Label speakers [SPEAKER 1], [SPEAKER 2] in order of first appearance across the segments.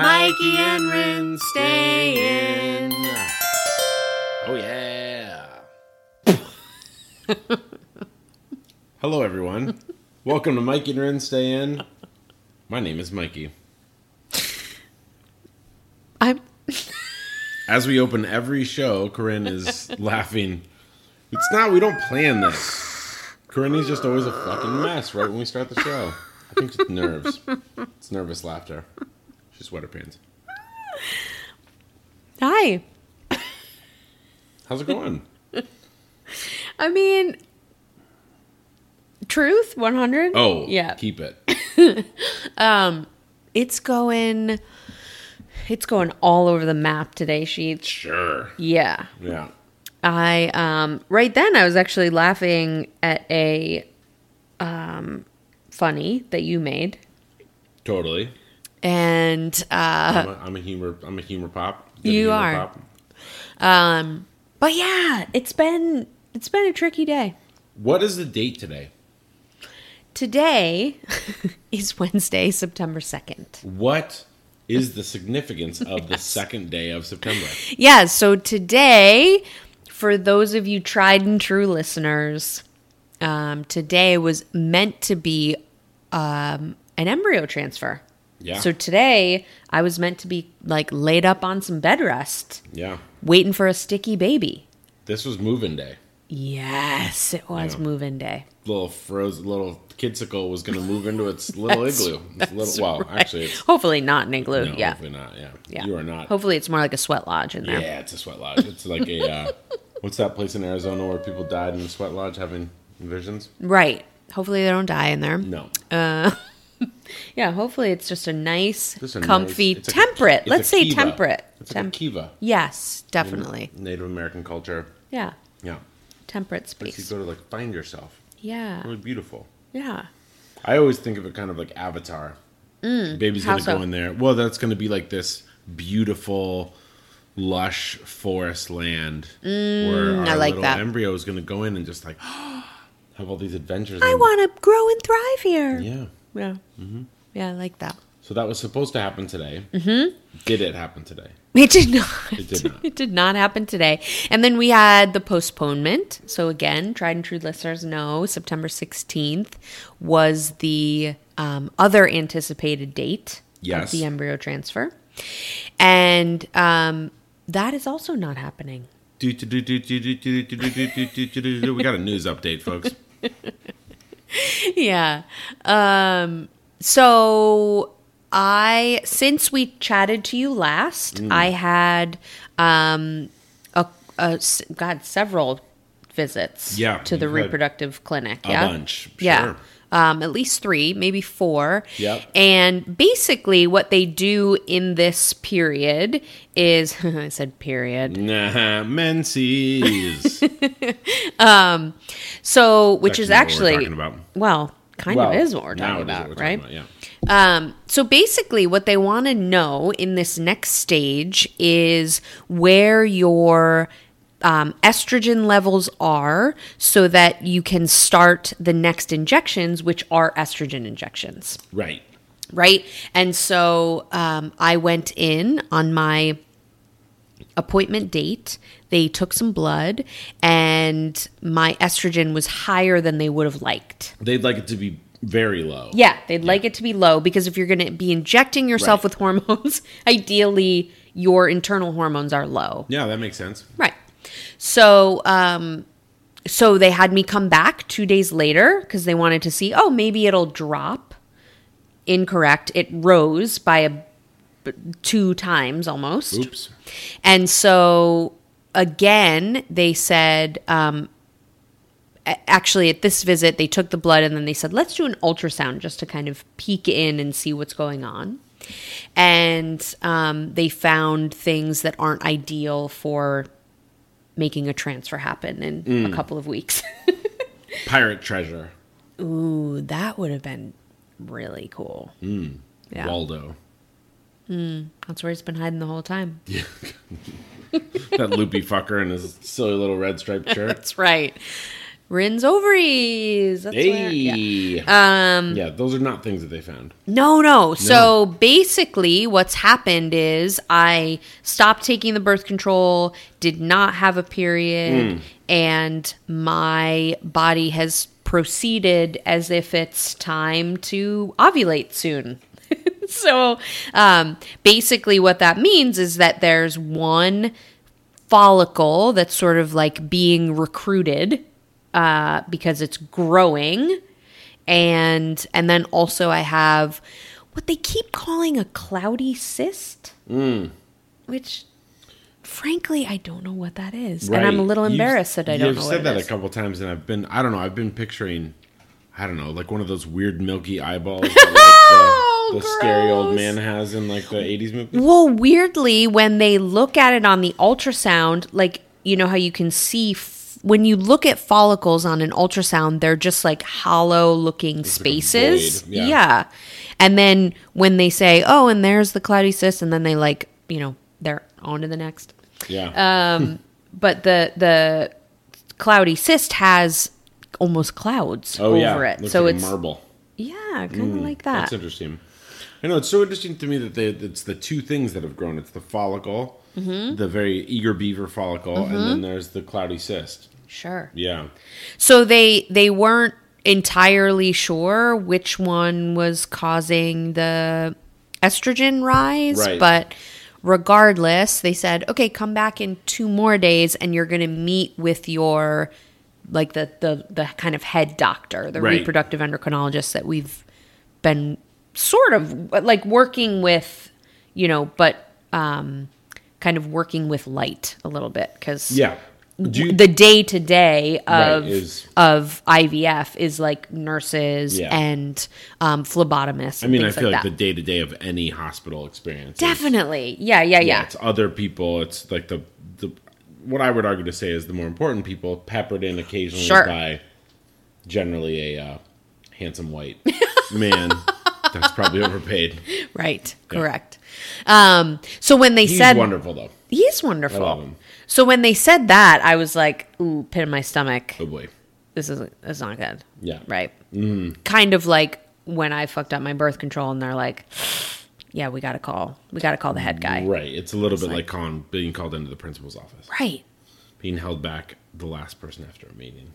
[SPEAKER 1] Mikey and Rin stay in. Oh, yeah. Hello, everyone. Welcome to Mikey and Rin Stay In. My name is Mikey.
[SPEAKER 2] I'm
[SPEAKER 1] As we open every show, Corinne is laughing. It's not, we don't plan this. Corinne is just always a fucking mess right when we start the show. I think it's nerves. It's nervous laughter. She's sweater pants.
[SPEAKER 2] hi.
[SPEAKER 1] How's it going?
[SPEAKER 2] I mean, truth one hundred.
[SPEAKER 1] Oh,
[SPEAKER 2] yeah.
[SPEAKER 1] Keep it.
[SPEAKER 2] It's going. It's going all over the map today. She.
[SPEAKER 1] Sure.
[SPEAKER 2] Yeah.
[SPEAKER 1] Yeah.
[SPEAKER 2] I um right then I was actually laughing at a um funny that you made
[SPEAKER 1] Totally.
[SPEAKER 2] and uh
[SPEAKER 1] I'm, a, I'm a humor. I'm a humor pop. Good
[SPEAKER 2] You
[SPEAKER 1] humor
[SPEAKER 2] are. um but yeah, it's been it's been a tricky day.
[SPEAKER 1] What is the date today?
[SPEAKER 2] Today is Wednesday, September 2nd.
[SPEAKER 1] What is the significance of the second day of September?
[SPEAKER 2] Yeah, so today for those of you tried and true listeners, um today was meant to be um an embryo transfer.
[SPEAKER 1] Yeah.
[SPEAKER 2] So today I was meant to be like laid up on some bed rest,
[SPEAKER 1] yeah.
[SPEAKER 2] waiting for a sticky baby.
[SPEAKER 1] This was moving day.
[SPEAKER 2] Yes, it was
[SPEAKER 1] Yeah.
[SPEAKER 2] move-in day.
[SPEAKER 1] Little frozen little kidsicle was going to move into its little igloo. Its little, well, actually, it's,
[SPEAKER 2] Hopefully not an igloo.
[SPEAKER 1] no,
[SPEAKER 2] Oh, yeah.
[SPEAKER 1] hopefully not. Yeah.
[SPEAKER 2] yeah.
[SPEAKER 1] You are not.
[SPEAKER 2] Hopefully it's more like a sweat lodge in there.
[SPEAKER 1] yeah, it's a sweat lodge. It's like a uh, what's that place in Arizona where people died in a sweat lodge having visions?
[SPEAKER 2] Right. Hopefully they don't die in there.
[SPEAKER 1] No.
[SPEAKER 2] Yeah, hopefully it's just a nice,
[SPEAKER 1] Just a
[SPEAKER 2] comfy,
[SPEAKER 1] nice- it's a-
[SPEAKER 2] temperate.
[SPEAKER 1] it's a
[SPEAKER 2] Let's say
[SPEAKER 1] kiva.
[SPEAKER 2] temperate.
[SPEAKER 1] It's like
[SPEAKER 2] Tem-
[SPEAKER 1] a kiva.
[SPEAKER 2] yes, definitely.
[SPEAKER 1] Native American culture.
[SPEAKER 2] Yeah.
[SPEAKER 1] Yeah.
[SPEAKER 2] Temperate
[SPEAKER 1] Makes you
[SPEAKER 2] space.
[SPEAKER 1] go to like find yourself.
[SPEAKER 2] Yeah.
[SPEAKER 1] Really beautiful.
[SPEAKER 2] Yeah.
[SPEAKER 1] I always think of it kind of like Avatar. Baby's
[SPEAKER 2] Mm. how
[SPEAKER 1] gonna go
[SPEAKER 2] so?
[SPEAKER 1] in there. Well, that's gonna be like this beautiful, lush forest land where our
[SPEAKER 2] Mm, I like
[SPEAKER 1] little
[SPEAKER 2] that.
[SPEAKER 1] embryo is gonna go in and just like have all these adventures.
[SPEAKER 2] I
[SPEAKER 1] and-
[SPEAKER 2] want to grow and thrive here.
[SPEAKER 1] Yeah. Mm-hmm.
[SPEAKER 2] Yeah. Yeah, I like that.
[SPEAKER 1] So that was supposed to happen today. Mm-hmm. Did it happen today?
[SPEAKER 2] It did not.
[SPEAKER 1] It did not.
[SPEAKER 2] it did not happen today. And then we had the postponement. So again, tried and true listeners know September 16th was the um, other anticipated date
[SPEAKER 1] Yes.
[SPEAKER 2] of the embryo transfer. And um, that is also not happening.
[SPEAKER 1] Do, do, do, do, do, do, do, do, do, do, do, do, do, do, do. We got a news update, folks.
[SPEAKER 2] yeah. Um, so I, since we chatted to you last,
[SPEAKER 1] Mm.
[SPEAKER 2] I had um, a, a s- God several visits
[SPEAKER 1] Yeah,
[SPEAKER 2] to the
[SPEAKER 1] you've had
[SPEAKER 2] reproductive clinic.
[SPEAKER 1] a
[SPEAKER 2] yeah,
[SPEAKER 1] bunch,
[SPEAKER 2] Yeah.
[SPEAKER 1] sure.
[SPEAKER 2] Um, at least three, maybe four.
[SPEAKER 1] Yep.
[SPEAKER 2] And basically, what they do in this period is I said period.
[SPEAKER 1] Nah, menses.
[SPEAKER 2] So, which
[SPEAKER 1] Actually,
[SPEAKER 2] is
[SPEAKER 1] what we're
[SPEAKER 2] actually
[SPEAKER 1] talking about.
[SPEAKER 2] well, kind
[SPEAKER 1] Well,
[SPEAKER 2] of is what we're
[SPEAKER 1] now
[SPEAKER 2] talking
[SPEAKER 1] it is
[SPEAKER 2] about,
[SPEAKER 1] what we're
[SPEAKER 2] right?
[SPEAKER 1] talking about, yeah.
[SPEAKER 2] Um, so basically, what they want to know in this next stage is where your um, estrogen levels are so that you can start the next injections, which are estrogen injections,
[SPEAKER 1] Right.
[SPEAKER 2] right? And so um, I went in on my appointment date. They took some blood, and my estrogen was higher than they would have liked.
[SPEAKER 1] They'd like it to be very low.
[SPEAKER 2] Yeah, they'd like it to be low because if you're going to be injecting
[SPEAKER 1] Right.
[SPEAKER 2] yourself with hormones, ideally your internal hormones are low.
[SPEAKER 1] Yeah, that makes sense.
[SPEAKER 2] Right. So, um, so they had me come back two days later because they wanted to see, oh, maybe it'll drop. Incorrect. It rose by a b- two times almost.
[SPEAKER 1] Oops.
[SPEAKER 2] And so again, they said, um, a- actually, at this visit, they took the blood and then they said, let's do an ultrasound just to kind of peek in and see what's going on. And um, they found things that aren't ideal for making a transfer happen in a couple of weeks.
[SPEAKER 1] Pirate treasure.
[SPEAKER 2] Ooh, that would have been really cool. Yeah.
[SPEAKER 1] Waldo.
[SPEAKER 2] That's where he's been hiding the whole time.
[SPEAKER 1] That loopy fucker in his silly little red striped shirt.
[SPEAKER 2] That's right. Rin's ovaries. That's where-
[SPEAKER 1] Hey.
[SPEAKER 2] yeah.
[SPEAKER 1] Um. Yeah, those are not things that they found.
[SPEAKER 2] No, no. So basically, what's happened is I stopped taking the birth control, did not have a period, and my body has proceeded as if it's time to ovulate soon. so um, basically, what that means is that there's one follicle that's sort of like being recruited uh, because it's growing and and then also I have what they keep calling a cloudy cyst,
[SPEAKER 1] Mm.
[SPEAKER 2] which frankly I don't know what that is, and I'm a
[SPEAKER 1] Right.
[SPEAKER 2] little
[SPEAKER 1] You've-
[SPEAKER 2] embarrassed that I don't
[SPEAKER 1] you've
[SPEAKER 2] know
[SPEAKER 1] said
[SPEAKER 2] what
[SPEAKER 1] that
[SPEAKER 2] it
[SPEAKER 1] a
[SPEAKER 2] is.
[SPEAKER 1] couple times, and I've been I don't know. I've been picturing I don't know, like one of those weird milky eyeballs that like, the,
[SPEAKER 2] Oh,
[SPEAKER 1] the scary old
[SPEAKER 2] gross. Uh,
[SPEAKER 1] man has in like the '80s movie.
[SPEAKER 2] Well, weirdly, when they look at it on the ultrasound, like you know how you can see. F- when you look at follicles on an ultrasound, they're just like hollow looking spaces.
[SPEAKER 1] void, yeah.
[SPEAKER 2] yeah. And then when they say, oh, and there's the cloudy cyst, and then they like, you know, they're on to the next.
[SPEAKER 1] Yeah,
[SPEAKER 2] but the the cloudy cyst has almost clouds
[SPEAKER 1] oh
[SPEAKER 2] over
[SPEAKER 1] yeah,
[SPEAKER 2] it.
[SPEAKER 1] Looks
[SPEAKER 2] so
[SPEAKER 1] like
[SPEAKER 2] it's
[SPEAKER 1] a marble. Mm,
[SPEAKER 2] yeah, kind of like that.
[SPEAKER 1] That's interesting. I know it's so interesting to me that they, it's the two things that have grown. It's the follicle,
[SPEAKER 2] Mm-hmm.
[SPEAKER 1] the very eager beaver follicle, and then there's the cloudy cyst.
[SPEAKER 2] Sure.
[SPEAKER 1] Yeah,
[SPEAKER 2] So they they weren't entirely sure which one was causing the estrogen rise,
[SPEAKER 1] Right.
[SPEAKER 2] but regardless, they said, "Okay, come back in two more days and you're going to meet with your like the the the kind of head doctor, the
[SPEAKER 1] Right.
[SPEAKER 2] reproductive endocrinologist that we've been sort of like working with, you know, but um kind of working with light a little bit cuz
[SPEAKER 1] yeah. Do you,
[SPEAKER 2] the day to day
[SPEAKER 1] Right,
[SPEAKER 2] of
[SPEAKER 1] is-
[SPEAKER 2] of IVF is like nurses
[SPEAKER 1] Yeah.
[SPEAKER 2] and um, phlebotomists.
[SPEAKER 1] I mean, I
[SPEAKER 2] things
[SPEAKER 1] feel like,
[SPEAKER 2] like,
[SPEAKER 1] the
[SPEAKER 2] that.
[SPEAKER 1] day to day of any hospital experience. is-
[SPEAKER 2] definitely, yeah, yeah, yeah,
[SPEAKER 1] it's other people. It's like the the what I would argue to say is the more important people peppered in occasionally
[SPEAKER 2] Sure.
[SPEAKER 1] by generally a uh, handsome white man that's probably overpaid.
[SPEAKER 2] right, correct. Um, so when they
[SPEAKER 1] He's
[SPEAKER 2] said
[SPEAKER 1] wonderful though.
[SPEAKER 2] he's
[SPEAKER 1] I love
[SPEAKER 2] wonderful,
[SPEAKER 1] him.
[SPEAKER 2] so when they said that, I was like, ooh, pit in my stomach.
[SPEAKER 1] Oh boy.
[SPEAKER 2] This is it's not good.
[SPEAKER 1] Yeah. Mm-hmm.
[SPEAKER 2] right. Kind of like when I fucked up my birth control, and they're like, yeah, we got to call, we got to call the head guy.
[SPEAKER 1] Right. It's a little bit like con being called into the principal's office.
[SPEAKER 2] right.
[SPEAKER 1] Being held back the last person after a meeting.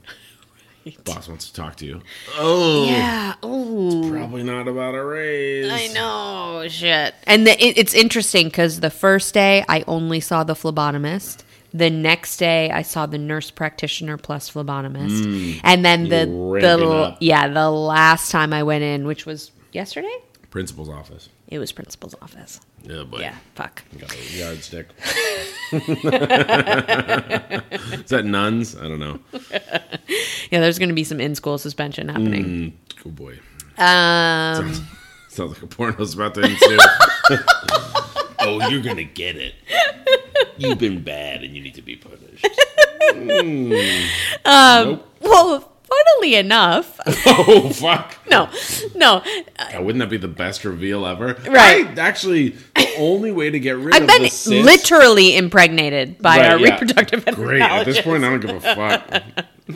[SPEAKER 1] Boss wants to talk to you. Oh
[SPEAKER 2] Yeah. Ooh.
[SPEAKER 1] probably not about a raise.
[SPEAKER 2] I know, shit. And the, it, it's interesting because the first day I only saw the phlebotomist. The next day I saw the nurse practitioner plus phlebotomist, and then the
[SPEAKER 1] Mm. You're
[SPEAKER 2] the
[SPEAKER 1] ramping
[SPEAKER 2] l-
[SPEAKER 1] up.
[SPEAKER 2] yeah the last time I went in, which was yesterday,
[SPEAKER 1] Principal's office.
[SPEAKER 2] it was principal's office.
[SPEAKER 1] Yeah, boy.
[SPEAKER 2] Yeah, fuck.
[SPEAKER 1] Got a yardstick. Is that nuns? I don't know.
[SPEAKER 2] Yeah, there's going to be some in school
[SPEAKER 1] Mm.
[SPEAKER 2] suspension happening.
[SPEAKER 1] Oh boy.
[SPEAKER 2] Um,
[SPEAKER 1] Sounds, sounds like a porno's about to ensue. oh, you're gonna get it. You've been bad and you need to be punished. Hmm. um,
[SPEAKER 2] well, funnily enough,
[SPEAKER 1] Oh fuck.
[SPEAKER 2] no, no,
[SPEAKER 1] God, wouldn't that be the best reveal ever?
[SPEAKER 2] Right.
[SPEAKER 1] I, actually, the only way to get rid
[SPEAKER 2] I've
[SPEAKER 1] of
[SPEAKER 2] been
[SPEAKER 1] the cyst-
[SPEAKER 2] literally impregnated by
[SPEAKER 1] Right,
[SPEAKER 2] our
[SPEAKER 1] yeah.
[SPEAKER 2] reproductive
[SPEAKER 1] Great. At this
[SPEAKER 2] endocrinologist.
[SPEAKER 1] point, I don't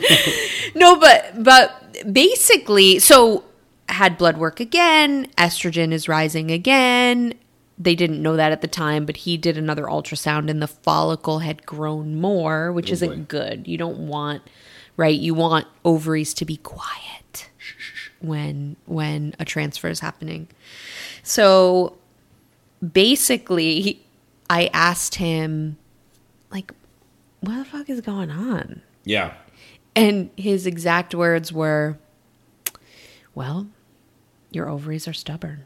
[SPEAKER 1] give a fuck.
[SPEAKER 2] No, but but basically, so had blood work again. Estrogen is rising again. They didn't know that at the time, but he did another ultrasound, and the follicle had grown more, which isn't
[SPEAKER 1] boy.
[SPEAKER 2] good. You don't want, right? You want ovaries to be quiet when when a transfer is happening. So basically, I asked him, like, what the fuck is going on?
[SPEAKER 1] Yeah.
[SPEAKER 2] And his exact words were, Well, your ovaries are stubborn.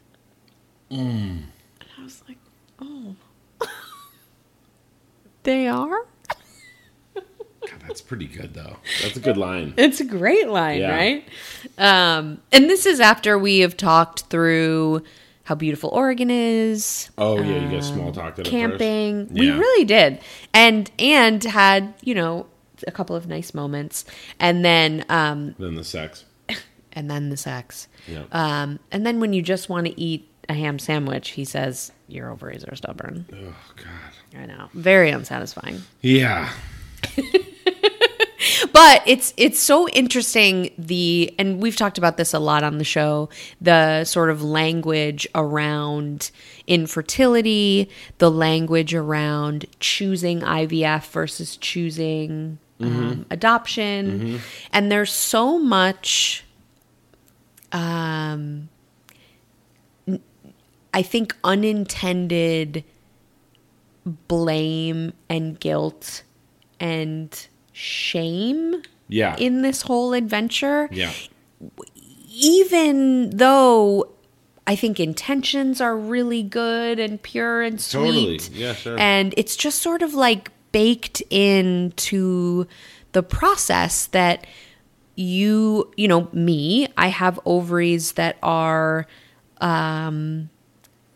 [SPEAKER 1] Mm.
[SPEAKER 2] And I was like, Oh, they are?
[SPEAKER 1] God, that's pretty good though. That's a good line.
[SPEAKER 2] It's a great line,
[SPEAKER 1] Yeah.
[SPEAKER 2] right? Um, and this is after we have talked through how beautiful Oregon is.
[SPEAKER 1] Oh yeah, you guys small talked it at first.
[SPEAKER 2] camping. We
[SPEAKER 1] Yeah.
[SPEAKER 2] really did, and and had you know a couple of nice moments, and then um,
[SPEAKER 1] Then the sex.
[SPEAKER 2] and then the sex.
[SPEAKER 1] Yeah.
[SPEAKER 2] Um, and then when you just want to eat a ham sandwich, he says your ovaries are stubborn.
[SPEAKER 1] oh God.
[SPEAKER 2] I know, very unsatisfying.
[SPEAKER 1] Yeah.
[SPEAKER 2] but it's it's so interesting the and we've talked about this a lot on the show the sort of language around infertility the language around choosing IVF versus choosing um, adoption and there's so much um, I think unintended blame and guilt and shame
[SPEAKER 1] Yeah.
[SPEAKER 2] in this whole adventure
[SPEAKER 1] yeah.
[SPEAKER 2] even though I think intentions are really good and pure and
[SPEAKER 1] Totally.
[SPEAKER 2] sweet.
[SPEAKER 1] Yeah, sure.
[SPEAKER 2] And it's just sort of like baked into the process that you, you know, me, I have ovaries that are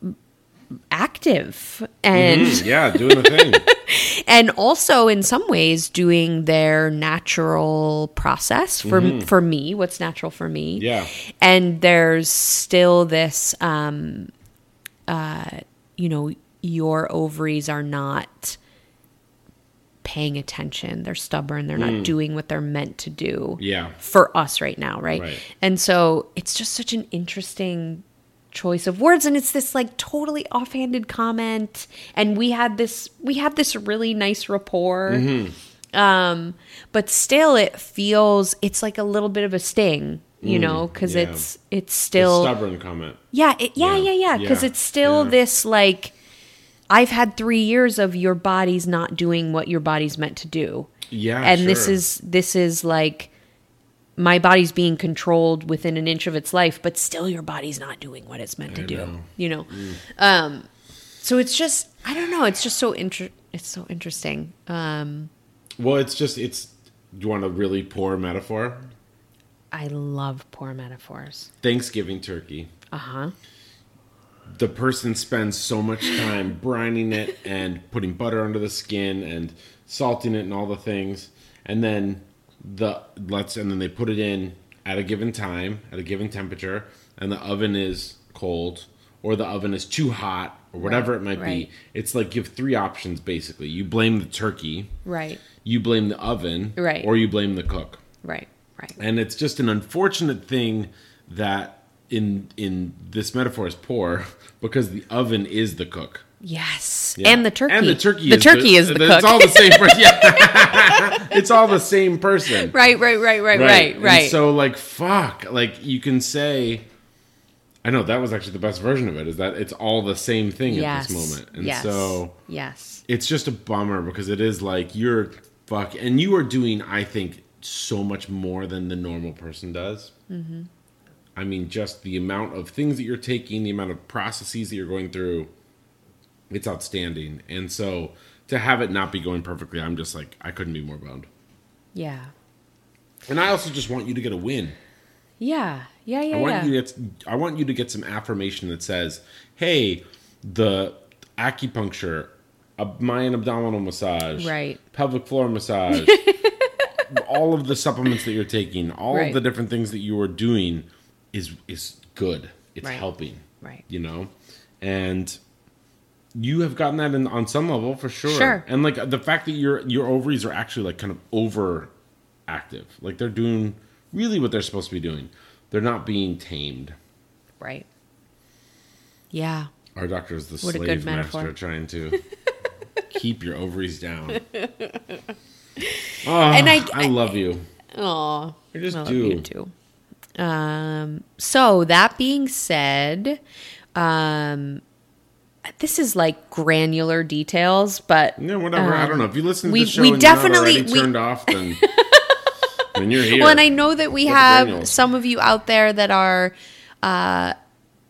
[SPEAKER 2] um active and
[SPEAKER 1] Mm, yeah, doing a thing.
[SPEAKER 2] and also in some ways doing their natural process for for me what's natural for me
[SPEAKER 1] Yeah.
[SPEAKER 2] and there's still this um uh you know your ovaries are not paying attention they're stubborn they're not doing what they're meant to do
[SPEAKER 1] Yeah.
[SPEAKER 2] for us right now right?
[SPEAKER 1] Right.
[SPEAKER 2] and so it's just such an interesting choice of words and it's this like totally offhanded comment and we had this we had this really nice rapport
[SPEAKER 1] Mm-hmm.
[SPEAKER 2] um but still it feels it's like a little bit of a sting you know,
[SPEAKER 1] Mm,
[SPEAKER 2] 'cause know because
[SPEAKER 1] yeah.
[SPEAKER 2] it's it's
[SPEAKER 1] The
[SPEAKER 2] still
[SPEAKER 1] stubborn comment.
[SPEAKER 2] yeah, it, yeah,
[SPEAKER 1] Yeah.
[SPEAKER 2] yeah, yeah, Because
[SPEAKER 1] Yeah.
[SPEAKER 2] it's still
[SPEAKER 1] Yeah.
[SPEAKER 2] this like, I've had three years of your body's not doing what your body's meant to do,
[SPEAKER 1] Yeah.
[SPEAKER 2] and this
[SPEAKER 1] sure.
[SPEAKER 2] is this is like, my body's being controlled within an inch of its life, but still your body's not doing what it's meant to do.
[SPEAKER 1] know. Mm.
[SPEAKER 2] You know, um, so it's just I don't know. It's just so inter- It's so interesting. Um,
[SPEAKER 1] Well, it's just it's. Do you want a really poor metaphor?
[SPEAKER 2] I love poor metaphors.
[SPEAKER 1] Thanksgiving turkey.
[SPEAKER 2] Uh huh.
[SPEAKER 1] The person spends so much time brining it and putting butter under the skin and salting it and all the things, and then the let's and then they put it in at a given time at a given temperature, and the oven is cold or the oven is too hot or whatever
[SPEAKER 2] Right,
[SPEAKER 1] it might
[SPEAKER 2] right.
[SPEAKER 1] be. It's like you have three options basically. You blame the turkey,
[SPEAKER 2] Right.
[SPEAKER 1] you blame the oven,
[SPEAKER 2] Right.
[SPEAKER 1] or you blame the cook.
[SPEAKER 2] Right. Right.
[SPEAKER 1] and it's just an unfortunate thing that in in this metaphor is poor because the oven is the cook
[SPEAKER 2] Yes.
[SPEAKER 1] Yeah.
[SPEAKER 2] And the turkey.
[SPEAKER 1] and the turkey
[SPEAKER 2] The
[SPEAKER 1] is
[SPEAKER 2] turkey is the cook.
[SPEAKER 1] it's all the same person yeah it's all the same person
[SPEAKER 2] Right, right, right, right, right,
[SPEAKER 1] And
[SPEAKER 2] right.
[SPEAKER 1] so like fuck like you can say I know that was actually the best version of it is that it's all the same thing at this moment and
[SPEAKER 2] yes,
[SPEAKER 1] so
[SPEAKER 2] yes,
[SPEAKER 1] it's just a bummer because it is like you're fuck and you are doing i think so much more than the normal person does i mean just the amount of things that you're taking the amount of processes that you're going through it's outstanding and so to have it not be going perfectly i'm just like i couldn't be more bummed
[SPEAKER 2] yeah,
[SPEAKER 1] and i also just want you to get a win
[SPEAKER 2] yeah, yeah, yeah,
[SPEAKER 1] I want
[SPEAKER 2] yeah.
[SPEAKER 1] you to get, I want you to get some affirmation that says, "Hey, the acupuncture, ab- Mayan abdominal massage,
[SPEAKER 2] Right.
[SPEAKER 1] pelvic floor massage, all of the supplements that you're taking, all
[SPEAKER 2] Right.
[SPEAKER 1] of the different things that you are doing is is good. It's
[SPEAKER 2] Right.
[SPEAKER 1] helping.
[SPEAKER 2] Right.
[SPEAKER 1] You know, and." You have gotten that in, on some level for sure,
[SPEAKER 2] Sure.
[SPEAKER 1] and like the fact that your your ovaries are actually like kind of over active, like they're doing really what they're supposed to be doing. They're not being tamed.
[SPEAKER 2] right. Yeah,
[SPEAKER 1] Our doctor is the
[SPEAKER 2] What a good
[SPEAKER 1] slave
[SPEAKER 2] metaphor.
[SPEAKER 1] master trying to keep your ovaries down. Ah,
[SPEAKER 2] and I,
[SPEAKER 1] I love you.
[SPEAKER 2] oh,
[SPEAKER 1] You're just
[SPEAKER 2] I love
[SPEAKER 1] due.
[SPEAKER 2] you too. Um, so that being said, um, this is like granular details, but
[SPEAKER 1] Yeah, whatever. I don't know. If you listen to
[SPEAKER 2] Um, we-
[SPEAKER 1] the show
[SPEAKER 2] we
[SPEAKER 1] and you're not
[SPEAKER 2] definitely-
[SPEAKER 1] already
[SPEAKER 2] we-
[SPEAKER 1] turned off, then, then you're here.
[SPEAKER 2] Well, and I know that we
[SPEAKER 1] Get the
[SPEAKER 2] have
[SPEAKER 1] granules.
[SPEAKER 2] some of you out there that are uh,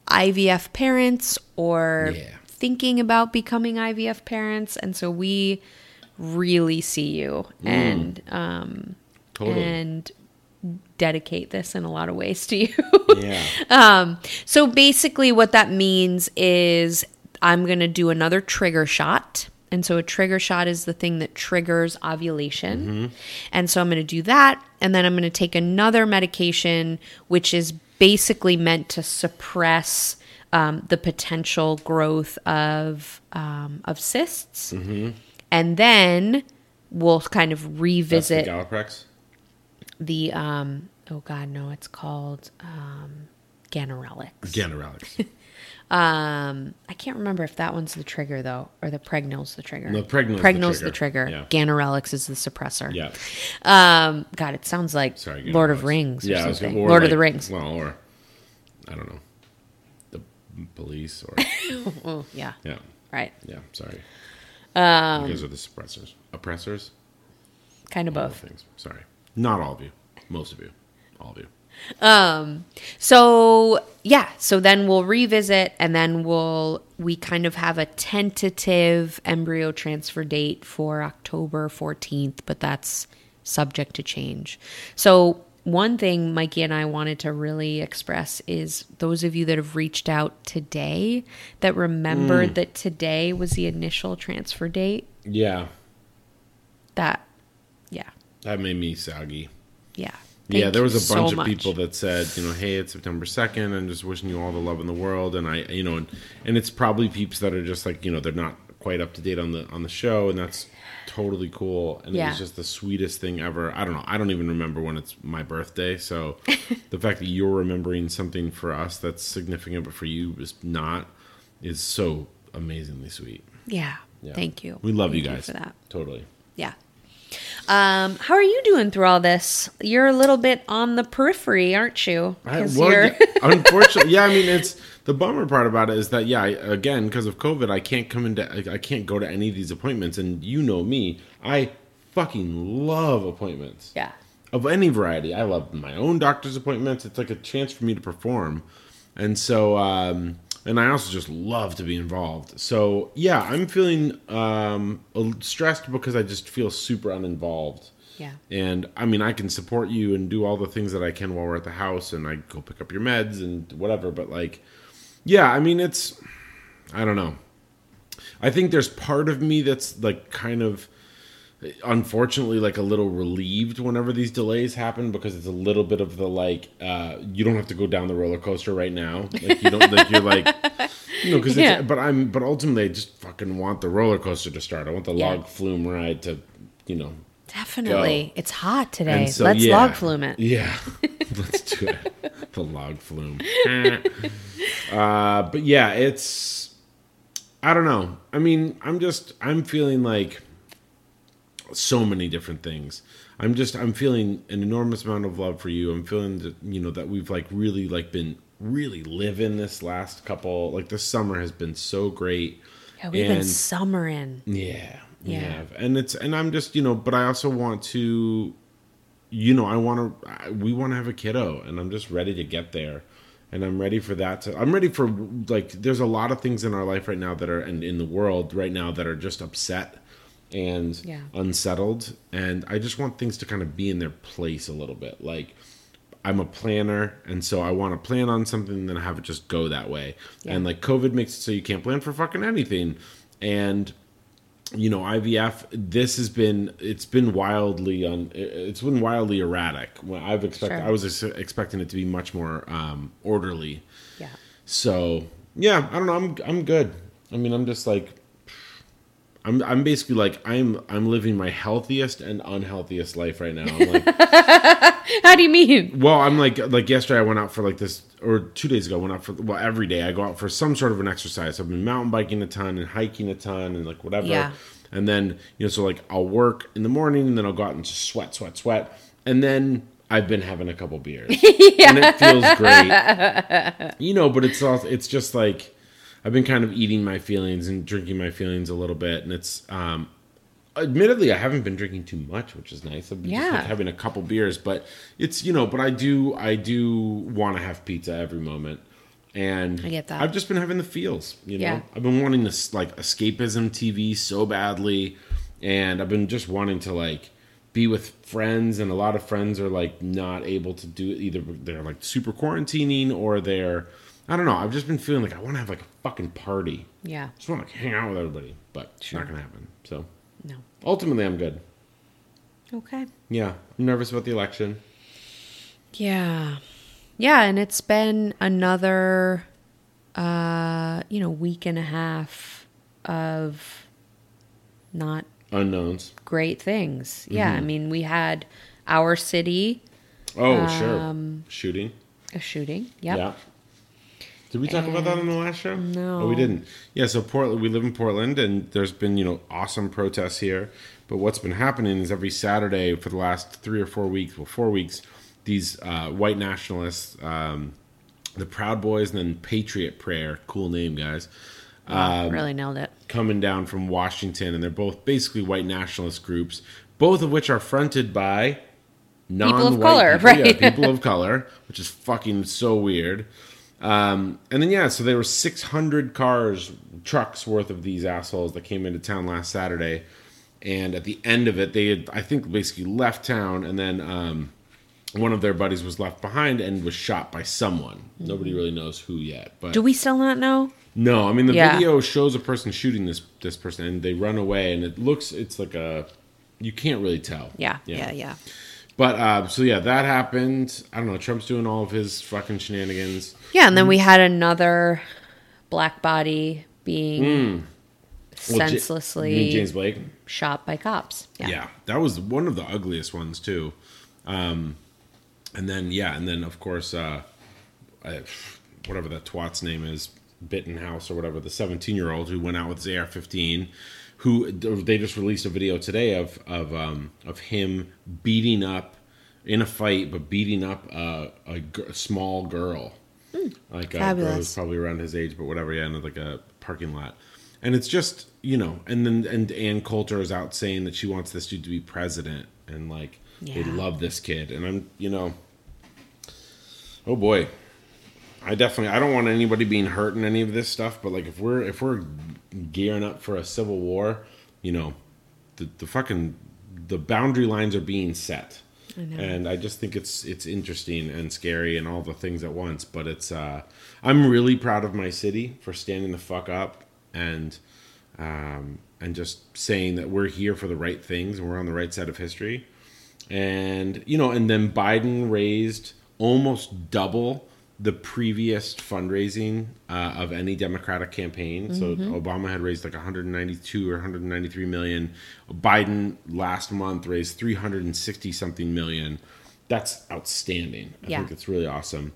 [SPEAKER 2] IVF parents or
[SPEAKER 1] Yeah.
[SPEAKER 2] thinking about becoming IVF parents, and so we really see you and um,
[SPEAKER 1] Mm, totally.
[SPEAKER 2] and dedicate this in a lot of ways to you.
[SPEAKER 1] yeah.
[SPEAKER 2] so basically, what that means is I'm going to do another trigger shot. And so a trigger shot is the thing that triggers ovulation. And so I'm going to do that. And then I'm going to take another medication, which is basically meant to suppress um, the potential growth of, um, of cysts. And then we'll kind of
[SPEAKER 1] That's the
[SPEAKER 2] revisit.
[SPEAKER 1] Galaprex.
[SPEAKER 2] the um oh god no it's called um ganirelix
[SPEAKER 1] Ganner Alex.
[SPEAKER 2] um i can't remember if that one's the trigger though or the pregnol's the trigger
[SPEAKER 1] No, pregnol's the
[SPEAKER 2] pregnol's the
[SPEAKER 1] trigger.
[SPEAKER 2] trigger, ganirelix is the suppressor
[SPEAKER 1] Yeah.
[SPEAKER 2] um god it sounds like
[SPEAKER 1] Sorry. Ganner
[SPEAKER 2] lord of
[SPEAKER 1] Alex.
[SPEAKER 2] rings or
[SPEAKER 1] I was
[SPEAKER 2] something
[SPEAKER 1] gonna- or
[SPEAKER 2] lord of the
[SPEAKER 1] like-
[SPEAKER 2] rings
[SPEAKER 1] Well, or I don't know, the police or
[SPEAKER 2] oh yeah
[SPEAKER 1] yeah,
[SPEAKER 2] right
[SPEAKER 1] yeah. Sorry. Um, you guys are the suppressors, oppressors.
[SPEAKER 2] kind of
[SPEAKER 1] All
[SPEAKER 2] both
[SPEAKER 1] things. Sorry, not all of you. Most of you. All of you.
[SPEAKER 2] So yeah, so then we'll revisit, and then we'll we kind of have a tentative embryo transfer date for October fourteenth, but that's subject to change. So one thing Mikey and I wanted to really express is those of you that have reached out today that
[SPEAKER 1] Mm.
[SPEAKER 2] remembered that today was the initial transfer date.
[SPEAKER 1] Yeah,
[SPEAKER 2] That yeah
[SPEAKER 1] that made me soggy.
[SPEAKER 2] yeah
[SPEAKER 1] yeah,
[SPEAKER 2] Thank
[SPEAKER 1] there was
[SPEAKER 2] you
[SPEAKER 1] a
[SPEAKER 2] so
[SPEAKER 1] bunch of
[SPEAKER 2] much.
[SPEAKER 1] people that said, you know, hey, it's September second. I'm just wishing you all the love in the world, and I, you know, and, and it's probably peeps that are just like, you know, they're not quite up to date on the on the show, and that's totally cool. And it
[SPEAKER 2] Yeah.
[SPEAKER 1] was just the sweetest thing ever. I don't know. I don't even remember when it's my birthday, so the fact that you're remembering something for us that's significant, but for you is not, is so amazingly sweet.
[SPEAKER 2] yeah.
[SPEAKER 1] Yeah.
[SPEAKER 2] Thank you.
[SPEAKER 1] We love
[SPEAKER 2] Thank
[SPEAKER 1] you guys
[SPEAKER 2] for that.
[SPEAKER 1] Totally.
[SPEAKER 2] Yeah. Um, how are you doing through all this? You're a little bit on the periphery, aren't you?
[SPEAKER 1] I,
[SPEAKER 2] 'Cause
[SPEAKER 1] well,
[SPEAKER 2] you're-
[SPEAKER 1] yeah, unfortunately, yeah. I mean, it's the bummer part about it is that yeah, I, again, because of COVID, I can't come into, I, I can't go to any of these appointments, and you know me, I fucking love appointments
[SPEAKER 2] yeah.
[SPEAKER 1] of any variety. I love my own doctor's appointments. It's like a chance for me to perform, and so um, and I also just love to be involved. So yeah, I'm feeling um, a l- stressed because I just feel super uninvolved.
[SPEAKER 2] Yeah.
[SPEAKER 1] And I mean, I can support you and do all the things that I can while we're at the house, and I go pick up your meds and whatever. But like, yeah, I mean, it's I don't know. I think there's part of me that's like kind of unfortunately like a little relieved whenever these delays happen because it's a little bit of the like uh you don't have to go down the roller coaster right now like you don't like you're like you know because
[SPEAKER 2] Yeah.
[SPEAKER 1] but i'm but ultimately i just fucking want the roller coaster to start i want the
[SPEAKER 2] Yeah.
[SPEAKER 1] log flume ride to you know
[SPEAKER 2] Definitely.
[SPEAKER 1] Go.
[SPEAKER 2] It's hot today.
[SPEAKER 1] and so,
[SPEAKER 2] Let's
[SPEAKER 1] yeah.
[SPEAKER 2] log flume it.
[SPEAKER 1] Yeah, let's do it. the log flume. uh, but yeah, it's. I don't know. I mean, I'm just. I'm feeling like so many different things. I'm just. I'm feeling an enormous amount of love for you. I'm feeling that you know that we've like really like been really living this last couple. Like this summer has been so great.
[SPEAKER 2] Yeah, we've been
[SPEAKER 1] And-
[SPEAKER 2] summering.
[SPEAKER 1] Yeah, we
[SPEAKER 2] Yeah.
[SPEAKER 1] have. And it's and I'm just you know, but I also want to, you know, I want to. We want to have a kiddo, and I'm just ready to get there, and I'm ready for that. To I'm ready for like. There's a lot of things in our life right now that are and in the world right now that are just upset and
[SPEAKER 2] Yeah.
[SPEAKER 1] unsettled, and I just want things to kind of be in their place a little bit, like. I'm a planner, and so I want to plan on something and then have it just go that way.
[SPEAKER 2] Yeah.
[SPEAKER 1] And like COVID makes it so you can't plan for fucking anything. And you know IVF this has been it's been wildly un, it's been wildly erratic when I've expected
[SPEAKER 2] Sure.
[SPEAKER 1] I was ex- expecting it to be much more um, orderly
[SPEAKER 2] Yeah.
[SPEAKER 1] so yeah I don't know I'm I'm good I mean I'm just like I'm I'm basically like I'm I'm living my healthiest and unhealthiest life right now I'm like
[SPEAKER 2] How do you mean?
[SPEAKER 1] well, I'm like like yesterday I went out for like this or two days ago I went out for well every day I go out for some sort of an exercise. I've been mountain biking a ton and hiking a ton and like whatever.
[SPEAKER 2] Yeah.
[SPEAKER 1] And then you know so like I'll work in the morning and then I'll go out and just sweat, sweat, sweat, and then I've been having a couple beers and it feels great. You know, but it's also it's just like I've been kind of eating my feelings and drinking my feelings a little bit, and it's um, admittedly I haven't been drinking too much, which is nice. I've been just
[SPEAKER 2] Yeah.
[SPEAKER 1] like having a couple beers, but it's you know, but I do I do want to have pizza every moment. And
[SPEAKER 2] I get that.
[SPEAKER 1] I've just been having the feels, you know.
[SPEAKER 2] Yeah.
[SPEAKER 1] I've been wanting this like escapism TV so badly, and I've been just wanting to like be with friends, and a lot of friends are like not able to do it either. They're like super quarantining, or they're I don't know. I've just been feeling like I want to have like a fucking party.
[SPEAKER 2] Yeah.
[SPEAKER 1] Just want to like, hang out with everybody, but it's
[SPEAKER 2] Sure.
[SPEAKER 1] not gonna happen. So
[SPEAKER 2] No.
[SPEAKER 1] ultimately, I'm good.
[SPEAKER 2] Okay.
[SPEAKER 1] Yeah, I'm nervous about the election.
[SPEAKER 2] Yeah. Yeah, and it's been another uh, you know, week and a half of not
[SPEAKER 1] Unknowns. Mm-hmm.
[SPEAKER 2] great things. Yeah, I mean, we had our city,
[SPEAKER 1] Oh,
[SPEAKER 2] Um,
[SPEAKER 1] sure. Shooting.
[SPEAKER 2] A shooting. Yep.
[SPEAKER 1] Yeah. Did we talk about that on the last show?
[SPEAKER 2] No.
[SPEAKER 1] Oh, we didn't. Yeah, so Portland, we live in Portland, and there's been, you know, awesome protests here. But what's been happening is every Saturday for the last three or four weeks, well, four weeks, these uh, white nationalists, um, the Proud Boys, and then Patriot Prayer, cool name, guys,
[SPEAKER 2] really nailed it.
[SPEAKER 1] coming down from Washington, and they're both basically white nationalist groups, both of which are fronted by non-white
[SPEAKER 2] of color,
[SPEAKER 1] people,
[SPEAKER 2] right.
[SPEAKER 1] Yeah, people of color, which is fucking so weird. Um, and then yeah, so there were 600 cars, trucks worth of these assholes that came into town last Saturday, and at the end of it, they had I think basically left town, and then um, one of their buddies was left behind and was shot by someone. Nobody really knows who yet, but
[SPEAKER 2] Mm. Do we still not know?
[SPEAKER 1] no, I mean the
[SPEAKER 2] Yeah.
[SPEAKER 1] video shows a person shooting this this person, and they run away, and it looks it's like a you can't really tell.
[SPEAKER 2] Yeah. Yeah. Yeah.
[SPEAKER 1] But uh, so yeah, that happened. I don't know. Trump's doing all of his fucking shenanigans.
[SPEAKER 2] Yeah, and then we had another black body being
[SPEAKER 1] Mm. Well, Ja-
[SPEAKER 2] senselessly
[SPEAKER 1] you mean James Blake.
[SPEAKER 2] shot by cops. Yeah.
[SPEAKER 1] Yeah, that was one of the ugliest ones too. Um, and then yeah, and then of course, uh, I, whatever that twat's name is, Bittenhouse or whatever, the seventeen-year-old who went out with his AR-15, who they just released a video today of of um, of him beating up in a fight, but beating up a, a, gir- small girl. Like uh, girl
[SPEAKER 2] Hmm. Fabulous.
[SPEAKER 1] who's probably around his age, but whatever. Yeah, in like a parking lot, and it's just you know, and then and Ann Coulter is out saying that she wants this dude to be president, and like they
[SPEAKER 2] Yeah.
[SPEAKER 1] love this kid, and I'm you know, oh boy, I definitely I don't want anybody being hurt in any of this stuff, but like if we're if we're gearing up for a civil war, you know, the the fucking the boundary lines are being set. And I just think it's it's interesting and scary and all the things at once, but it's uh I'm really proud of my city for standing the fuck up and um and just saying that we're here for the right things and we're on the right side of history and you know and then biden raised almost double the previous fundraising uh, of any democratic campaign so obama had raised like 192 or 193 million biden last month raised 360 something million that's outstanding i
[SPEAKER 2] Yeah.
[SPEAKER 1] think it's really awesome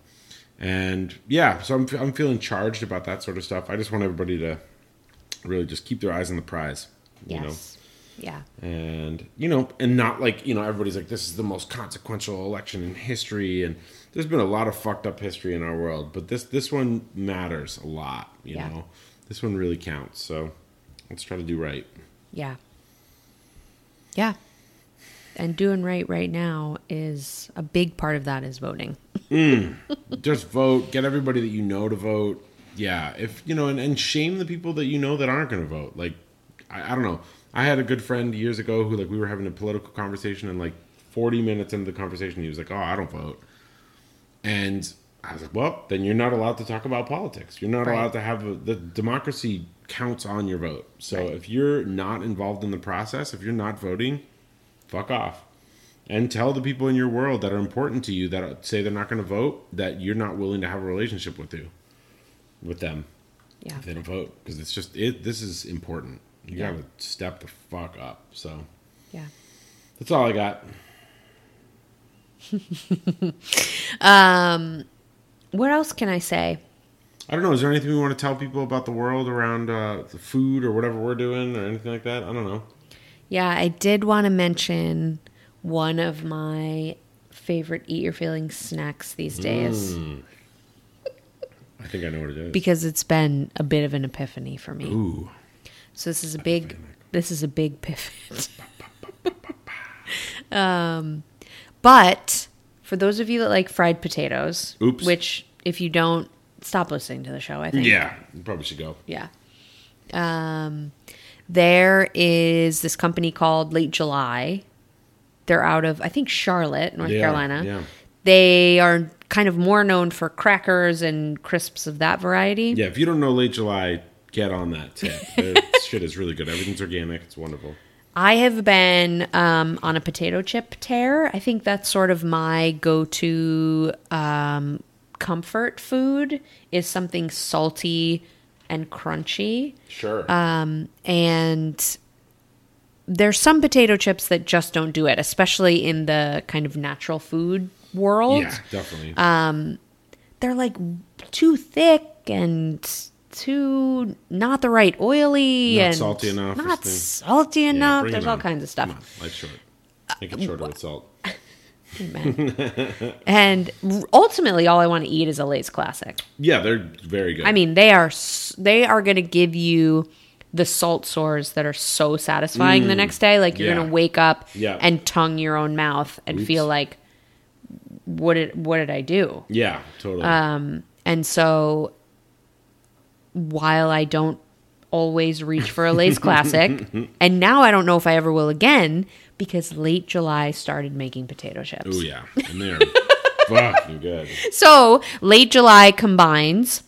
[SPEAKER 1] and yeah so I'm, I'm feeling charged about that sort of stuff i just want everybody to really just keep their eyes on the prize you know
[SPEAKER 2] Yes. Yeah.
[SPEAKER 1] and you know and not like you know everybody's like this is the most consequential election in history and there's been a lot of fucked up history in our world but this this one matters a lot you
[SPEAKER 2] Yeah.
[SPEAKER 1] know this one really counts so let's try to do right
[SPEAKER 2] Yeah. Yeah. And doing right right now is a big part of that is voting.
[SPEAKER 1] just vote get everybody that you know to vote yeah if you know and, and shame the people that you know that aren't going to vote like I, I don't know i had a good friend years ago who like we were having a political conversation and like 40 minutes into the conversation he was like oh i don't vote and i was like well then you're not allowed to talk about politics you're not
[SPEAKER 2] Right.
[SPEAKER 1] allowed to have a, the democracy counts on your vote so
[SPEAKER 2] Right.
[SPEAKER 1] if you're not involved in the process if you're not voting fuck off and tell the people in your world that are important to you that say they're not going to vote that you're not willing to have a relationship with you with them
[SPEAKER 2] Yeah.
[SPEAKER 1] if they don't vote because it's just it this is important you gotta step the fuck up so
[SPEAKER 2] Yeah.
[SPEAKER 1] that's all i got
[SPEAKER 2] What else can I say?
[SPEAKER 1] i don't know is there anything we want to tell people about the world around uh, the food or whatever we're doing or anything like that i don't know
[SPEAKER 2] Yeah, I did want to mention one of my favorite eat your feelings snacks these
[SPEAKER 1] Mm.
[SPEAKER 2] days
[SPEAKER 1] i think i know what it is
[SPEAKER 2] because it's been a bit of an epiphany for me.
[SPEAKER 1] ooh
[SPEAKER 2] So this is a big this is a big pivot. um but for those of you that like fried potatoes,
[SPEAKER 1] Oops.
[SPEAKER 2] which if you don't stop listening to the show, I think.
[SPEAKER 1] yeah you probably should go
[SPEAKER 2] Yeah. Um, there is this company called Late July. They're out of I think Charlotte, North
[SPEAKER 1] They are,
[SPEAKER 2] Carolina.
[SPEAKER 1] yeah.
[SPEAKER 2] They are kind of more known for crackers and crisps of that variety.
[SPEAKER 1] yeah if you don't know late july get on that tip their shit is really good everything's organic it's wonderful
[SPEAKER 2] I have been um, on a potato chip tear. I think that's sort of my go-to um, comfort food is something salty and crunchy.
[SPEAKER 1] sure
[SPEAKER 2] and there's some potato chips that just don't do it, especially in the kind of natural food world.
[SPEAKER 1] Yeah, definitely.
[SPEAKER 2] They're like too thick and too not the right oily
[SPEAKER 1] Not
[SPEAKER 2] and
[SPEAKER 1] salty enough or
[SPEAKER 2] Not
[SPEAKER 1] something.
[SPEAKER 2] salty
[SPEAKER 1] Yeah,
[SPEAKER 2] enough.
[SPEAKER 1] bring
[SPEAKER 2] There's
[SPEAKER 1] it
[SPEAKER 2] all
[SPEAKER 1] on.
[SPEAKER 2] kinds of stuff. Uh,
[SPEAKER 1] Come on, life short. Make it shorter with salt.
[SPEAKER 2] Amen. and ultimately, all I want to eat is a Lay's classic.
[SPEAKER 1] Yeah, they're very good.
[SPEAKER 2] I mean, they are s- they are going to give you the salt sores that are so satisfying the next day. Like you're
[SPEAKER 1] Mm. yeah.
[SPEAKER 2] going to wake up
[SPEAKER 1] Yeah.
[SPEAKER 2] and tongue your own mouth and
[SPEAKER 1] Oops.
[SPEAKER 2] feel like what did what did I do?
[SPEAKER 1] yeah, totally.
[SPEAKER 2] um, And so, while I don't always reach for a Lay's classic, and now I don't know if I ever will again because late July started making potato chips.
[SPEAKER 1] oh yeah, and they're fucking good.
[SPEAKER 2] So late July combines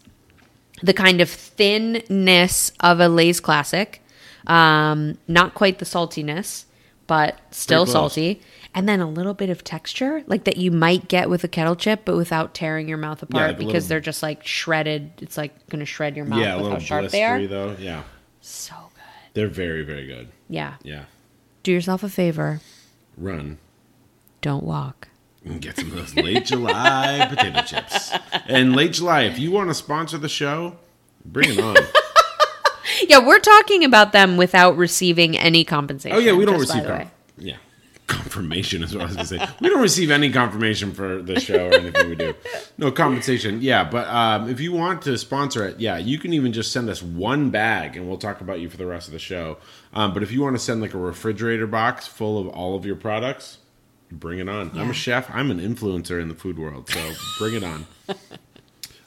[SPEAKER 2] the kind of thinness of a Lay's classic, um, not quite the saltiness, but still
[SPEAKER 1] Pretty close.
[SPEAKER 2] salty, and then a little bit of texture like that you might get with a kettle chip, but without tearing your mouth apart
[SPEAKER 1] like a
[SPEAKER 2] because
[SPEAKER 1] little-
[SPEAKER 2] they're just like shredded. It's like going to shred your mouth
[SPEAKER 1] Yeah, a
[SPEAKER 2] with
[SPEAKER 1] little
[SPEAKER 2] how sharp they are.
[SPEAKER 1] blistery though. Yeah,
[SPEAKER 2] So good.
[SPEAKER 1] they're very very good.
[SPEAKER 2] Yeah.
[SPEAKER 1] Yeah,
[SPEAKER 2] Do yourself a favor.
[SPEAKER 1] run
[SPEAKER 2] Don't walk.
[SPEAKER 1] and get some of those late July potato chips. And late July, if you want to sponsor the show, bring it on.
[SPEAKER 2] Yeah, we're talking about them without receiving any compensation.
[SPEAKER 1] Oh yeah, we don't
[SPEAKER 2] just by
[SPEAKER 1] receive
[SPEAKER 2] the
[SPEAKER 1] com-
[SPEAKER 2] way.
[SPEAKER 1] yeah confirmation is what I was gonna say. We don't receive any confirmation for the show or anything we do. No compensation. Yeah, but um, if you want to sponsor it, yeah, you can even just send us one bag and we'll talk about you for the rest of the show. Um, but if you want to send like a refrigerator box full of all of your products, bring it on. I'm
[SPEAKER 2] Yeah.
[SPEAKER 1] a chef. I'm an influencer in the food world, so bring it on.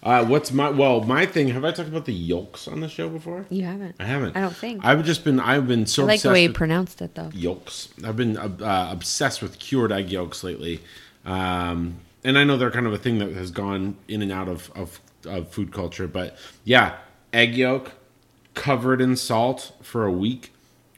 [SPEAKER 1] Uh, what's my well? My thing. Have I talked about the yolks on the show before?
[SPEAKER 2] You haven't.
[SPEAKER 1] I haven't.
[SPEAKER 2] I don't think.
[SPEAKER 1] I've just been. I've been so
[SPEAKER 2] I like
[SPEAKER 1] obsessed
[SPEAKER 2] the way you
[SPEAKER 1] with-
[SPEAKER 2] pronounced it, though.
[SPEAKER 1] yolks. I've been uh, uh, obsessed with cured egg yolks lately, um, and I know they're kind of a thing that has gone in and out of of, of food culture. But yeah, egg yolk covered in salt for a week,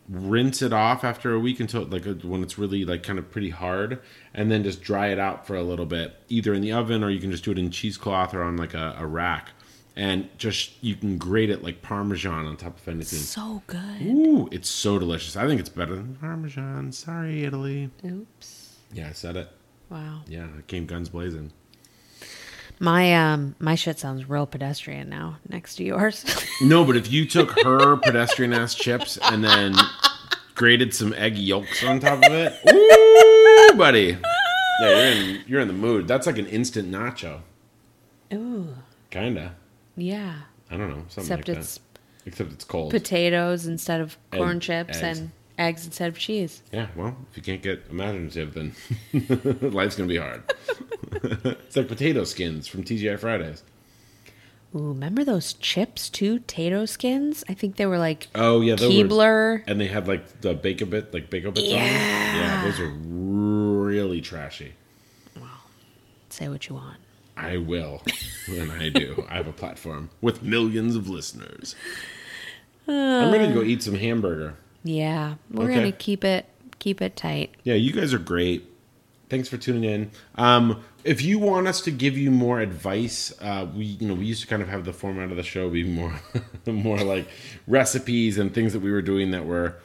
[SPEAKER 1] rinse it off after a week until like uh, when it's really like kind of pretty hard, and then just dry it out for a little bit, either in the oven or you can just do it in cheesecloth or on like a, a rack. And just you can grate it like Parmesan on top of anything.
[SPEAKER 2] So good.
[SPEAKER 1] Ooh, it's so delicious. I think it's better than Parmesan. Sorry, Italy.
[SPEAKER 2] Oops.
[SPEAKER 1] Yeah, I said it.
[SPEAKER 2] Wow.
[SPEAKER 1] Yeah, it came guns blazing.
[SPEAKER 2] My um my shit sounds real pedestrian now next to yours.
[SPEAKER 1] No, but if you took her pedestrian ass chips and then grated some egg yolks on top of it, ooh, buddy. Yeah, you're in, you're in the mood. That's like an instant nacho.
[SPEAKER 2] Ooh.
[SPEAKER 1] Kinda.
[SPEAKER 2] Yeah.
[SPEAKER 1] I don't know. Something
[SPEAKER 2] Except
[SPEAKER 1] like
[SPEAKER 2] it's
[SPEAKER 1] that. Except it's cold.
[SPEAKER 2] potatoes instead of corn
[SPEAKER 1] Egg-
[SPEAKER 2] chips
[SPEAKER 1] eggs.
[SPEAKER 2] and eggs instead of cheese.
[SPEAKER 1] yeah, well, if you can't get imaginative, then life's going to be hard. it's like potato skins from TGI Fridays.
[SPEAKER 2] Ooh, remember those chips too? Tato skins? I think they were like
[SPEAKER 1] Oh, yeah. they were-
[SPEAKER 2] Keebler.
[SPEAKER 1] and they had like the bake a bit, like bake a bits on
[SPEAKER 2] Yeah.
[SPEAKER 1] them. Yeah, those are really trashy.
[SPEAKER 2] Say what you want.
[SPEAKER 1] I will, and I do. I have a platform with millions of listeners. I'm ready to go eat some hamburger.
[SPEAKER 2] Yeah. We're
[SPEAKER 1] Okay.
[SPEAKER 2] gonna keep it keep it tight.
[SPEAKER 1] Yeah, you guys are great. Thanks for tuning in. Um, if you want us to give you more advice, uh, we you know we used to kind of have the format of the show be more more like recipes and things that we were doing that were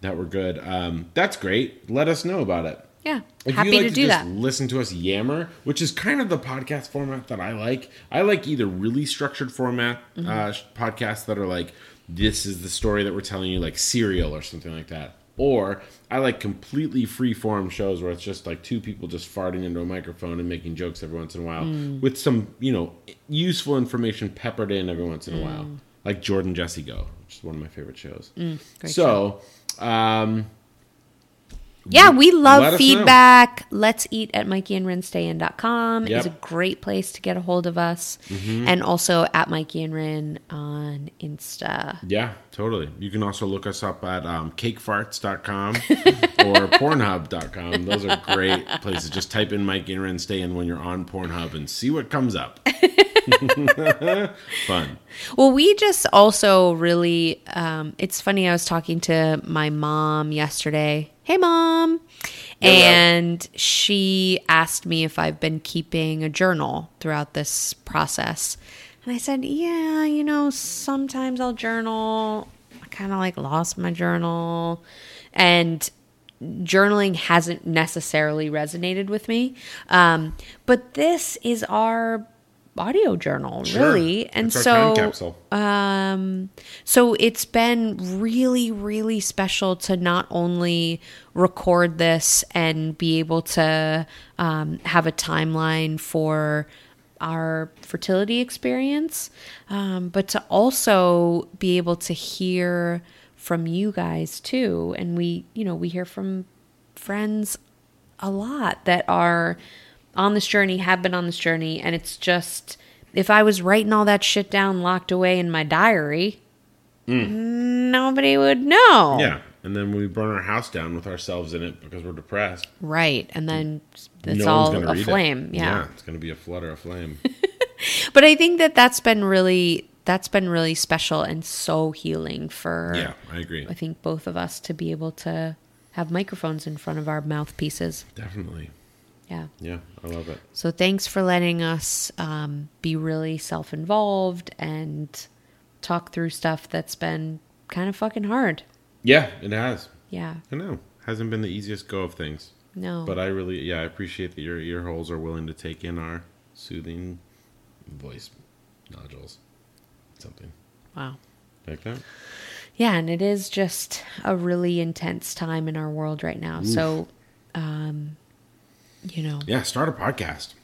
[SPEAKER 1] that were good. Um, that's great. Let us know about it.
[SPEAKER 2] Yeah.
[SPEAKER 1] If
[SPEAKER 2] Happy
[SPEAKER 1] you like
[SPEAKER 2] to, do
[SPEAKER 1] just
[SPEAKER 2] that.
[SPEAKER 1] Listen to us yammer, which is kind of the podcast format that I like. I like either really structured format
[SPEAKER 2] Mm-hmm.
[SPEAKER 1] uh, sh- podcasts that are like, this is the story that we're telling you, like serial or something like that. Or I like completely free form shows where it's just like two people just farting into a microphone and making jokes every once in a while
[SPEAKER 2] Mm.
[SPEAKER 1] with some, you know, useful information peppered in every once
[SPEAKER 2] Mm.
[SPEAKER 1] in a while. Like Jordan Jesse Go, which is one of my favorite shows.
[SPEAKER 2] Mm, great
[SPEAKER 1] so, um,
[SPEAKER 2] Yeah, we love
[SPEAKER 1] let us know.
[SPEAKER 2] feedback. Let's eat at mikeyandrinstayin.com
[SPEAKER 1] Yep. Mm-hmm.
[SPEAKER 2] is a great place to get a hold of us. And also at Mikey and Rin on Insta.
[SPEAKER 1] Yeah, totally. You can also look us up at um, cakefarts.com or pornhub.com. Those are great places. Just type in Mike and Ren Stay in when you're on Pornhub and see what comes up. Fun.
[SPEAKER 2] Well, we just also really, um, it's funny. I was talking to my mom yesterday. Hey, mom.
[SPEAKER 1] Hello.
[SPEAKER 2] And she asked me if I've been keeping a journal throughout this process. And I said, yeah, you know, sometimes I'll journal. I kind of like lost my journal. And journaling hasn't necessarily resonated with me. Um, but this is our audio journal,
[SPEAKER 1] Sure.
[SPEAKER 2] really. And
[SPEAKER 1] It's our
[SPEAKER 2] so
[SPEAKER 1] time capsule.
[SPEAKER 2] um so it's been really really special to not only record this and be able to um, have a timeline for our fertility experience um, but to also be able to hear from you guys too and we you know we hear from friends a lot that are on this journey, have been on this journey, and it's just if I was writing all that shit down locked away in my diary, nobody would know.
[SPEAKER 1] Hmm. Yeah. And then we burn our house down with ourselves in it because we're depressed.
[SPEAKER 2] Right. And then it's
[SPEAKER 1] no
[SPEAKER 2] all
[SPEAKER 1] one's gonna
[SPEAKER 2] a
[SPEAKER 1] read it.
[SPEAKER 2] flame. yeah.
[SPEAKER 1] It's going to be a flutter, a flame.
[SPEAKER 2] But I think that that's been really that's been really special and so healing for
[SPEAKER 1] yeah, I agree.
[SPEAKER 2] I think both of us to be able to have microphones in front of our mouthpieces.
[SPEAKER 1] Definitely.
[SPEAKER 2] Yeah.
[SPEAKER 1] Yeah, I love it.
[SPEAKER 2] So thanks for letting us um, be really self involved and talk through stuff that's been kind of fucking hard.
[SPEAKER 1] Yeah, it has.
[SPEAKER 2] Yeah.
[SPEAKER 1] I know. Hasn't been the easiest go of things.
[SPEAKER 2] No.
[SPEAKER 1] But I really, yeah, I appreciate that your ear holes are willing to take in our soothing voice nodules. Something
[SPEAKER 2] wow.
[SPEAKER 1] like that.
[SPEAKER 2] Yeah, and it is just a really intense time in our world right now. So, um, you know,
[SPEAKER 1] Yeah, start a podcast.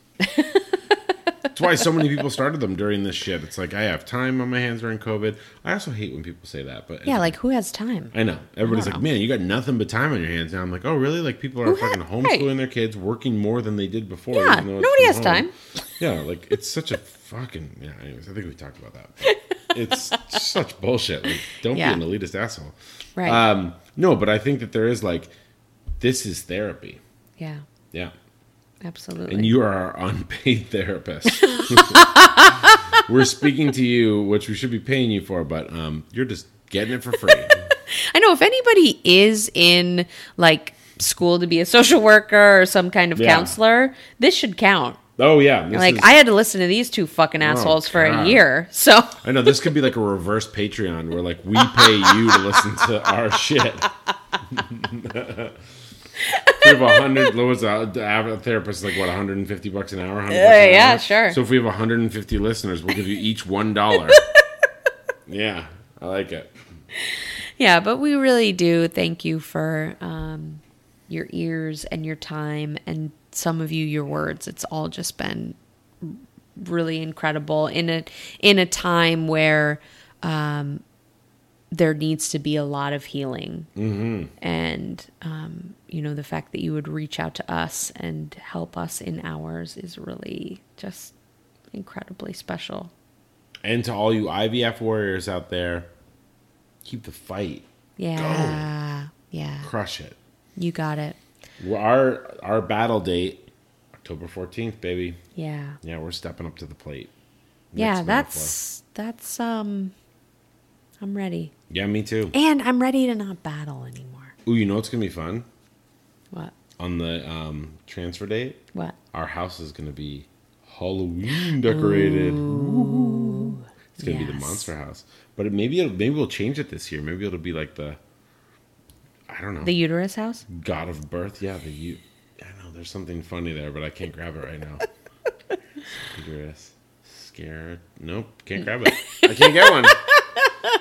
[SPEAKER 1] That's why so many people started them during this shit. It's like I have time on my hands during COVID. I also hate when people say that, but
[SPEAKER 2] yeah, like who has time?
[SPEAKER 1] I know everybody's
[SPEAKER 2] I don't
[SPEAKER 1] like, man, you got nothing but time on your hands now. I'm like, oh really? Like people are
[SPEAKER 2] Who ha-
[SPEAKER 1] fucking homeschooling their kids, working more than they did before.
[SPEAKER 2] Yeah,
[SPEAKER 1] even though it's
[SPEAKER 2] nobody
[SPEAKER 1] from
[SPEAKER 2] has
[SPEAKER 1] home.
[SPEAKER 2] time.
[SPEAKER 1] Yeah, like it's such a fucking yeah. Anyways, I think we talked about that. It's such bullshit. Like, don't
[SPEAKER 2] Yeah.
[SPEAKER 1] be an elitist asshole.
[SPEAKER 2] Right.
[SPEAKER 1] Um, no, but I think that there is like, this is therapy.
[SPEAKER 2] yeah,
[SPEAKER 1] Yeah.
[SPEAKER 2] absolutely.
[SPEAKER 1] And you are our unpaid therapist. We're speaking to you, which we should be paying you for, but um, you're just getting it for free.
[SPEAKER 2] I know if anybody is in like school to be a social worker or some kind of
[SPEAKER 1] Yeah.
[SPEAKER 2] counselor, this should count.
[SPEAKER 1] oh yeah, this
[SPEAKER 2] Like
[SPEAKER 1] is- Oh,
[SPEAKER 2] I had to listen to these two fucking assholes for a
[SPEAKER 1] God.
[SPEAKER 2] year. So
[SPEAKER 1] I know this could be like a reverse Patreon where like we pay you to listen to our shit. we have a hundred. What was that? The average therapist is like what 150 bucks an hour. 100 bucks
[SPEAKER 2] Yeah,
[SPEAKER 1] an
[SPEAKER 2] yeah,
[SPEAKER 1] hour?
[SPEAKER 2] sure.
[SPEAKER 1] So if we have 150 listeners, we'll give you each one dollar. yeah, I like it.
[SPEAKER 2] yeah, but we really do thank you for um, your ears and your time and some of you your words. It's all just been really incredible in a in a time where um, there needs to be a lot of healing.
[SPEAKER 1] Mm-hmm.
[SPEAKER 2] And um, you know the fact that you would reach out to us and help us in ours is really just incredibly special.
[SPEAKER 1] And to all you IVF warriors out there, keep the fight,
[SPEAKER 2] Yeah. Yeah.
[SPEAKER 1] crush it.
[SPEAKER 2] You got it.
[SPEAKER 1] Well, Our our battle date, October 14th, baby.
[SPEAKER 2] Yeah.
[SPEAKER 1] Yeah, we're stepping up to the plate.
[SPEAKER 2] yeah,
[SPEAKER 1] Next
[SPEAKER 2] that's that's um I'm ready.
[SPEAKER 1] Manaflow. yeah, me too.
[SPEAKER 2] And I'm ready to not battle anymore.
[SPEAKER 1] Ooh, you know what's gonna be fun
[SPEAKER 2] What?
[SPEAKER 1] on the um, transfer date?
[SPEAKER 2] What?
[SPEAKER 1] Our house is gonna be Halloween decorated. Woo-hoo. It's gonna be the
[SPEAKER 2] Yes.
[SPEAKER 1] monster house, but it, maybe it'll, maybe we'll change it this year. Maybe it'll be like the I don't know
[SPEAKER 2] The uterus house?
[SPEAKER 1] god of birth. Yeah, the you. I know there's something funny there, but I can't grab it right now. Uterus. Scared. Nope. Can't grab it. I can't get one.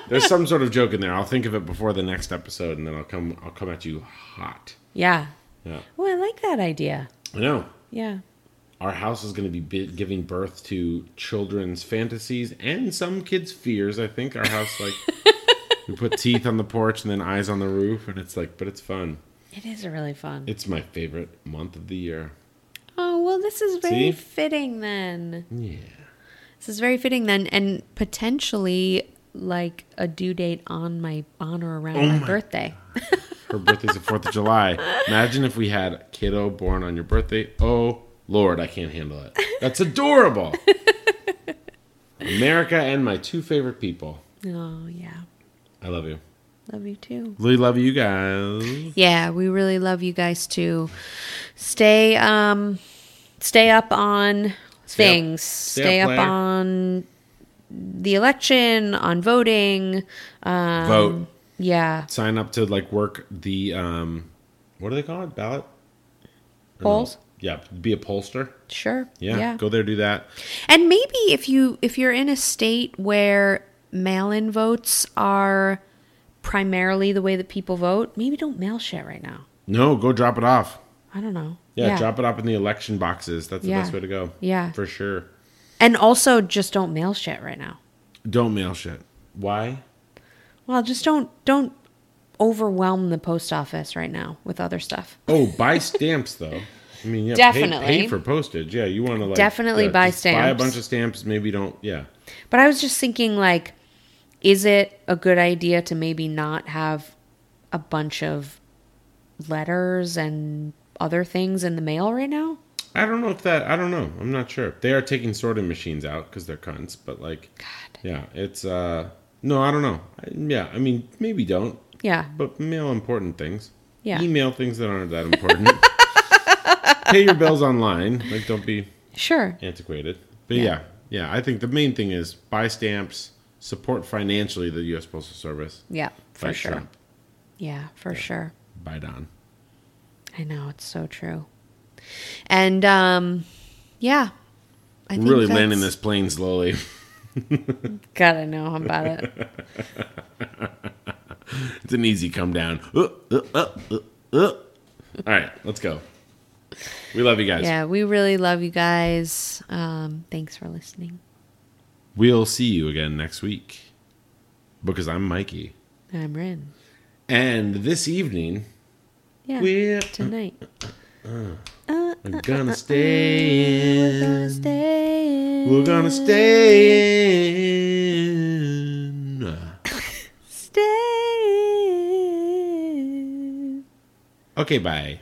[SPEAKER 1] There's some sort of joke in there. I'll think of it before the next episode, and then I'll come. I'll come at you hot.
[SPEAKER 2] Yeah.
[SPEAKER 1] Yeah.
[SPEAKER 2] Oh, I like that idea.
[SPEAKER 1] I know.
[SPEAKER 2] Yeah.
[SPEAKER 1] Our house is going to be bi- giving birth to children's fantasies and some kids' fears. I think our house, like, we put teeth on the porch and then eyes on the roof, and it's like, but it's fun.
[SPEAKER 2] It is really fun.
[SPEAKER 1] It's my favorite month of the year.
[SPEAKER 2] oh, well this is very
[SPEAKER 1] See?
[SPEAKER 2] fitting then.
[SPEAKER 1] Yeah.
[SPEAKER 2] This is very fitting then and potentially like a due date on my on or around my,
[SPEAKER 1] Oh my
[SPEAKER 2] birthday.
[SPEAKER 1] Her birthday's the 4th of July. Imagine if we had a kiddo born on your birthday. Oh, Lord, I can't handle it. That's adorable. America and my two favorite people.
[SPEAKER 2] Oh, yeah.
[SPEAKER 1] I love you.
[SPEAKER 2] Love you too.
[SPEAKER 1] Really love you guys.
[SPEAKER 2] Yeah, we really love you guys too. Stay um stay up on
[SPEAKER 1] Stay up-
[SPEAKER 2] things.
[SPEAKER 1] stay
[SPEAKER 2] Stay,
[SPEAKER 1] up
[SPEAKER 2] up,
[SPEAKER 1] later.
[SPEAKER 2] on the election, on voting.
[SPEAKER 1] Vote.
[SPEAKER 2] Yeah.
[SPEAKER 1] Sign up to like work the um What do they call it? Ballot Or no?
[SPEAKER 2] Polls?
[SPEAKER 1] Yeah, be a pollster.
[SPEAKER 2] Sure.
[SPEAKER 1] Yeah, go there, do that.
[SPEAKER 2] And maybe if you if you're in a state where mail-in votes are primarily the way that people vote, maybe don't mail shit right now.
[SPEAKER 1] No, go drop it off.
[SPEAKER 2] I don't know.
[SPEAKER 1] Yeah, drop it off in the election boxes. That's the
[SPEAKER 2] Yeah.
[SPEAKER 1] best way to go.
[SPEAKER 2] Yeah.
[SPEAKER 1] for sure.
[SPEAKER 2] And also just don't mail shit right now.
[SPEAKER 1] Don't mail shit. Why?
[SPEAKER 2] Well, just don't don't overwhelm the post office right now with other stuff.
[SPEAKER 1] Oh, buy stamps though. I mean, yeah,
[SPEAKER 2] Definitely.
[SPEAKER 1] pay, pay for postage. Yeah, you want to like
[SPEAKER 2] Definitely
[SPEAKER 1] yeah,
[SPEAKER 2] buy
[SPEAKER 1] just Buy a
[SPEAKER 2] stamps.
[SPEAKER 1] bunch of stamps. Maybe don't. Yeah,
[SPEAKER 2] But I was just thinking, like, is it a good idea to maybe not have a bunch of letters and other things in the mail right now?
[SPEAKER 1] I don't know if that. I don't know. I'm not sure. They are taking sorting machines out because they're cunts. But like,
[SPEAKER 2] God.
[SPEAKER 1] yeah, it's uh no, I don't know. I- Yeah, I mean, maybe don't.
[SPEAKER 2] Yeah.
[SPEAKER 1] But mail important things.
[SPEAKER 2] Yeah.
[SPEAKER 1] Email things that aren't that important. Pay your bills online. Like, don't be
[SPEAKER 2] Sure.
[SPEAKER 1] antiquated. But
[SPEAKER 2] Yeah.
[SPEAKER 1] yeah. yeah, I think the main thing is buy stamps, support financially the U.S. Postal Service.
[SPEAKER 2] Yeah, for
[SPEAKER 1] Fight
[SPEAKER 2] sure.
[SPEAKER 1] Trump.
[SPEAKER 2] Yeah, for sure.
[SPEAKER 1] Buy Don.
[SPEAKER 2] I know it's so true. And um yeah. I
[SPEAKER 1] We're really landing this
[SPEAKER 2] that's-
[SPEAKER 1] plane slowly.
[SPEAKER 2] God, I know about it.
[SPEAKER 1] it's an easy come down. Uh, uh, uh, uh, uh. All right, let's go. We love you guys.
[SPEAKER 2] Yeah, we really love you guys. Um, thanks for listening.
[SPEAKER 1] We'll see you again next week because I'm Mikey.
[SPEAKER 2] I'm Rin.
[SPEAKER 1] And this evening,
[SPEAKER 2] Yeah.
[SPEAKER 1] we're
[SPEAKER 2] Tonight.
[SPEAKER 1] gonna stay in.
[SPEAKER 2] Stay.
[SPEAKER 1] We're gonna stay in.
[SPEAKER 2] Stay.
[SPEAKER 1] Okay, bye.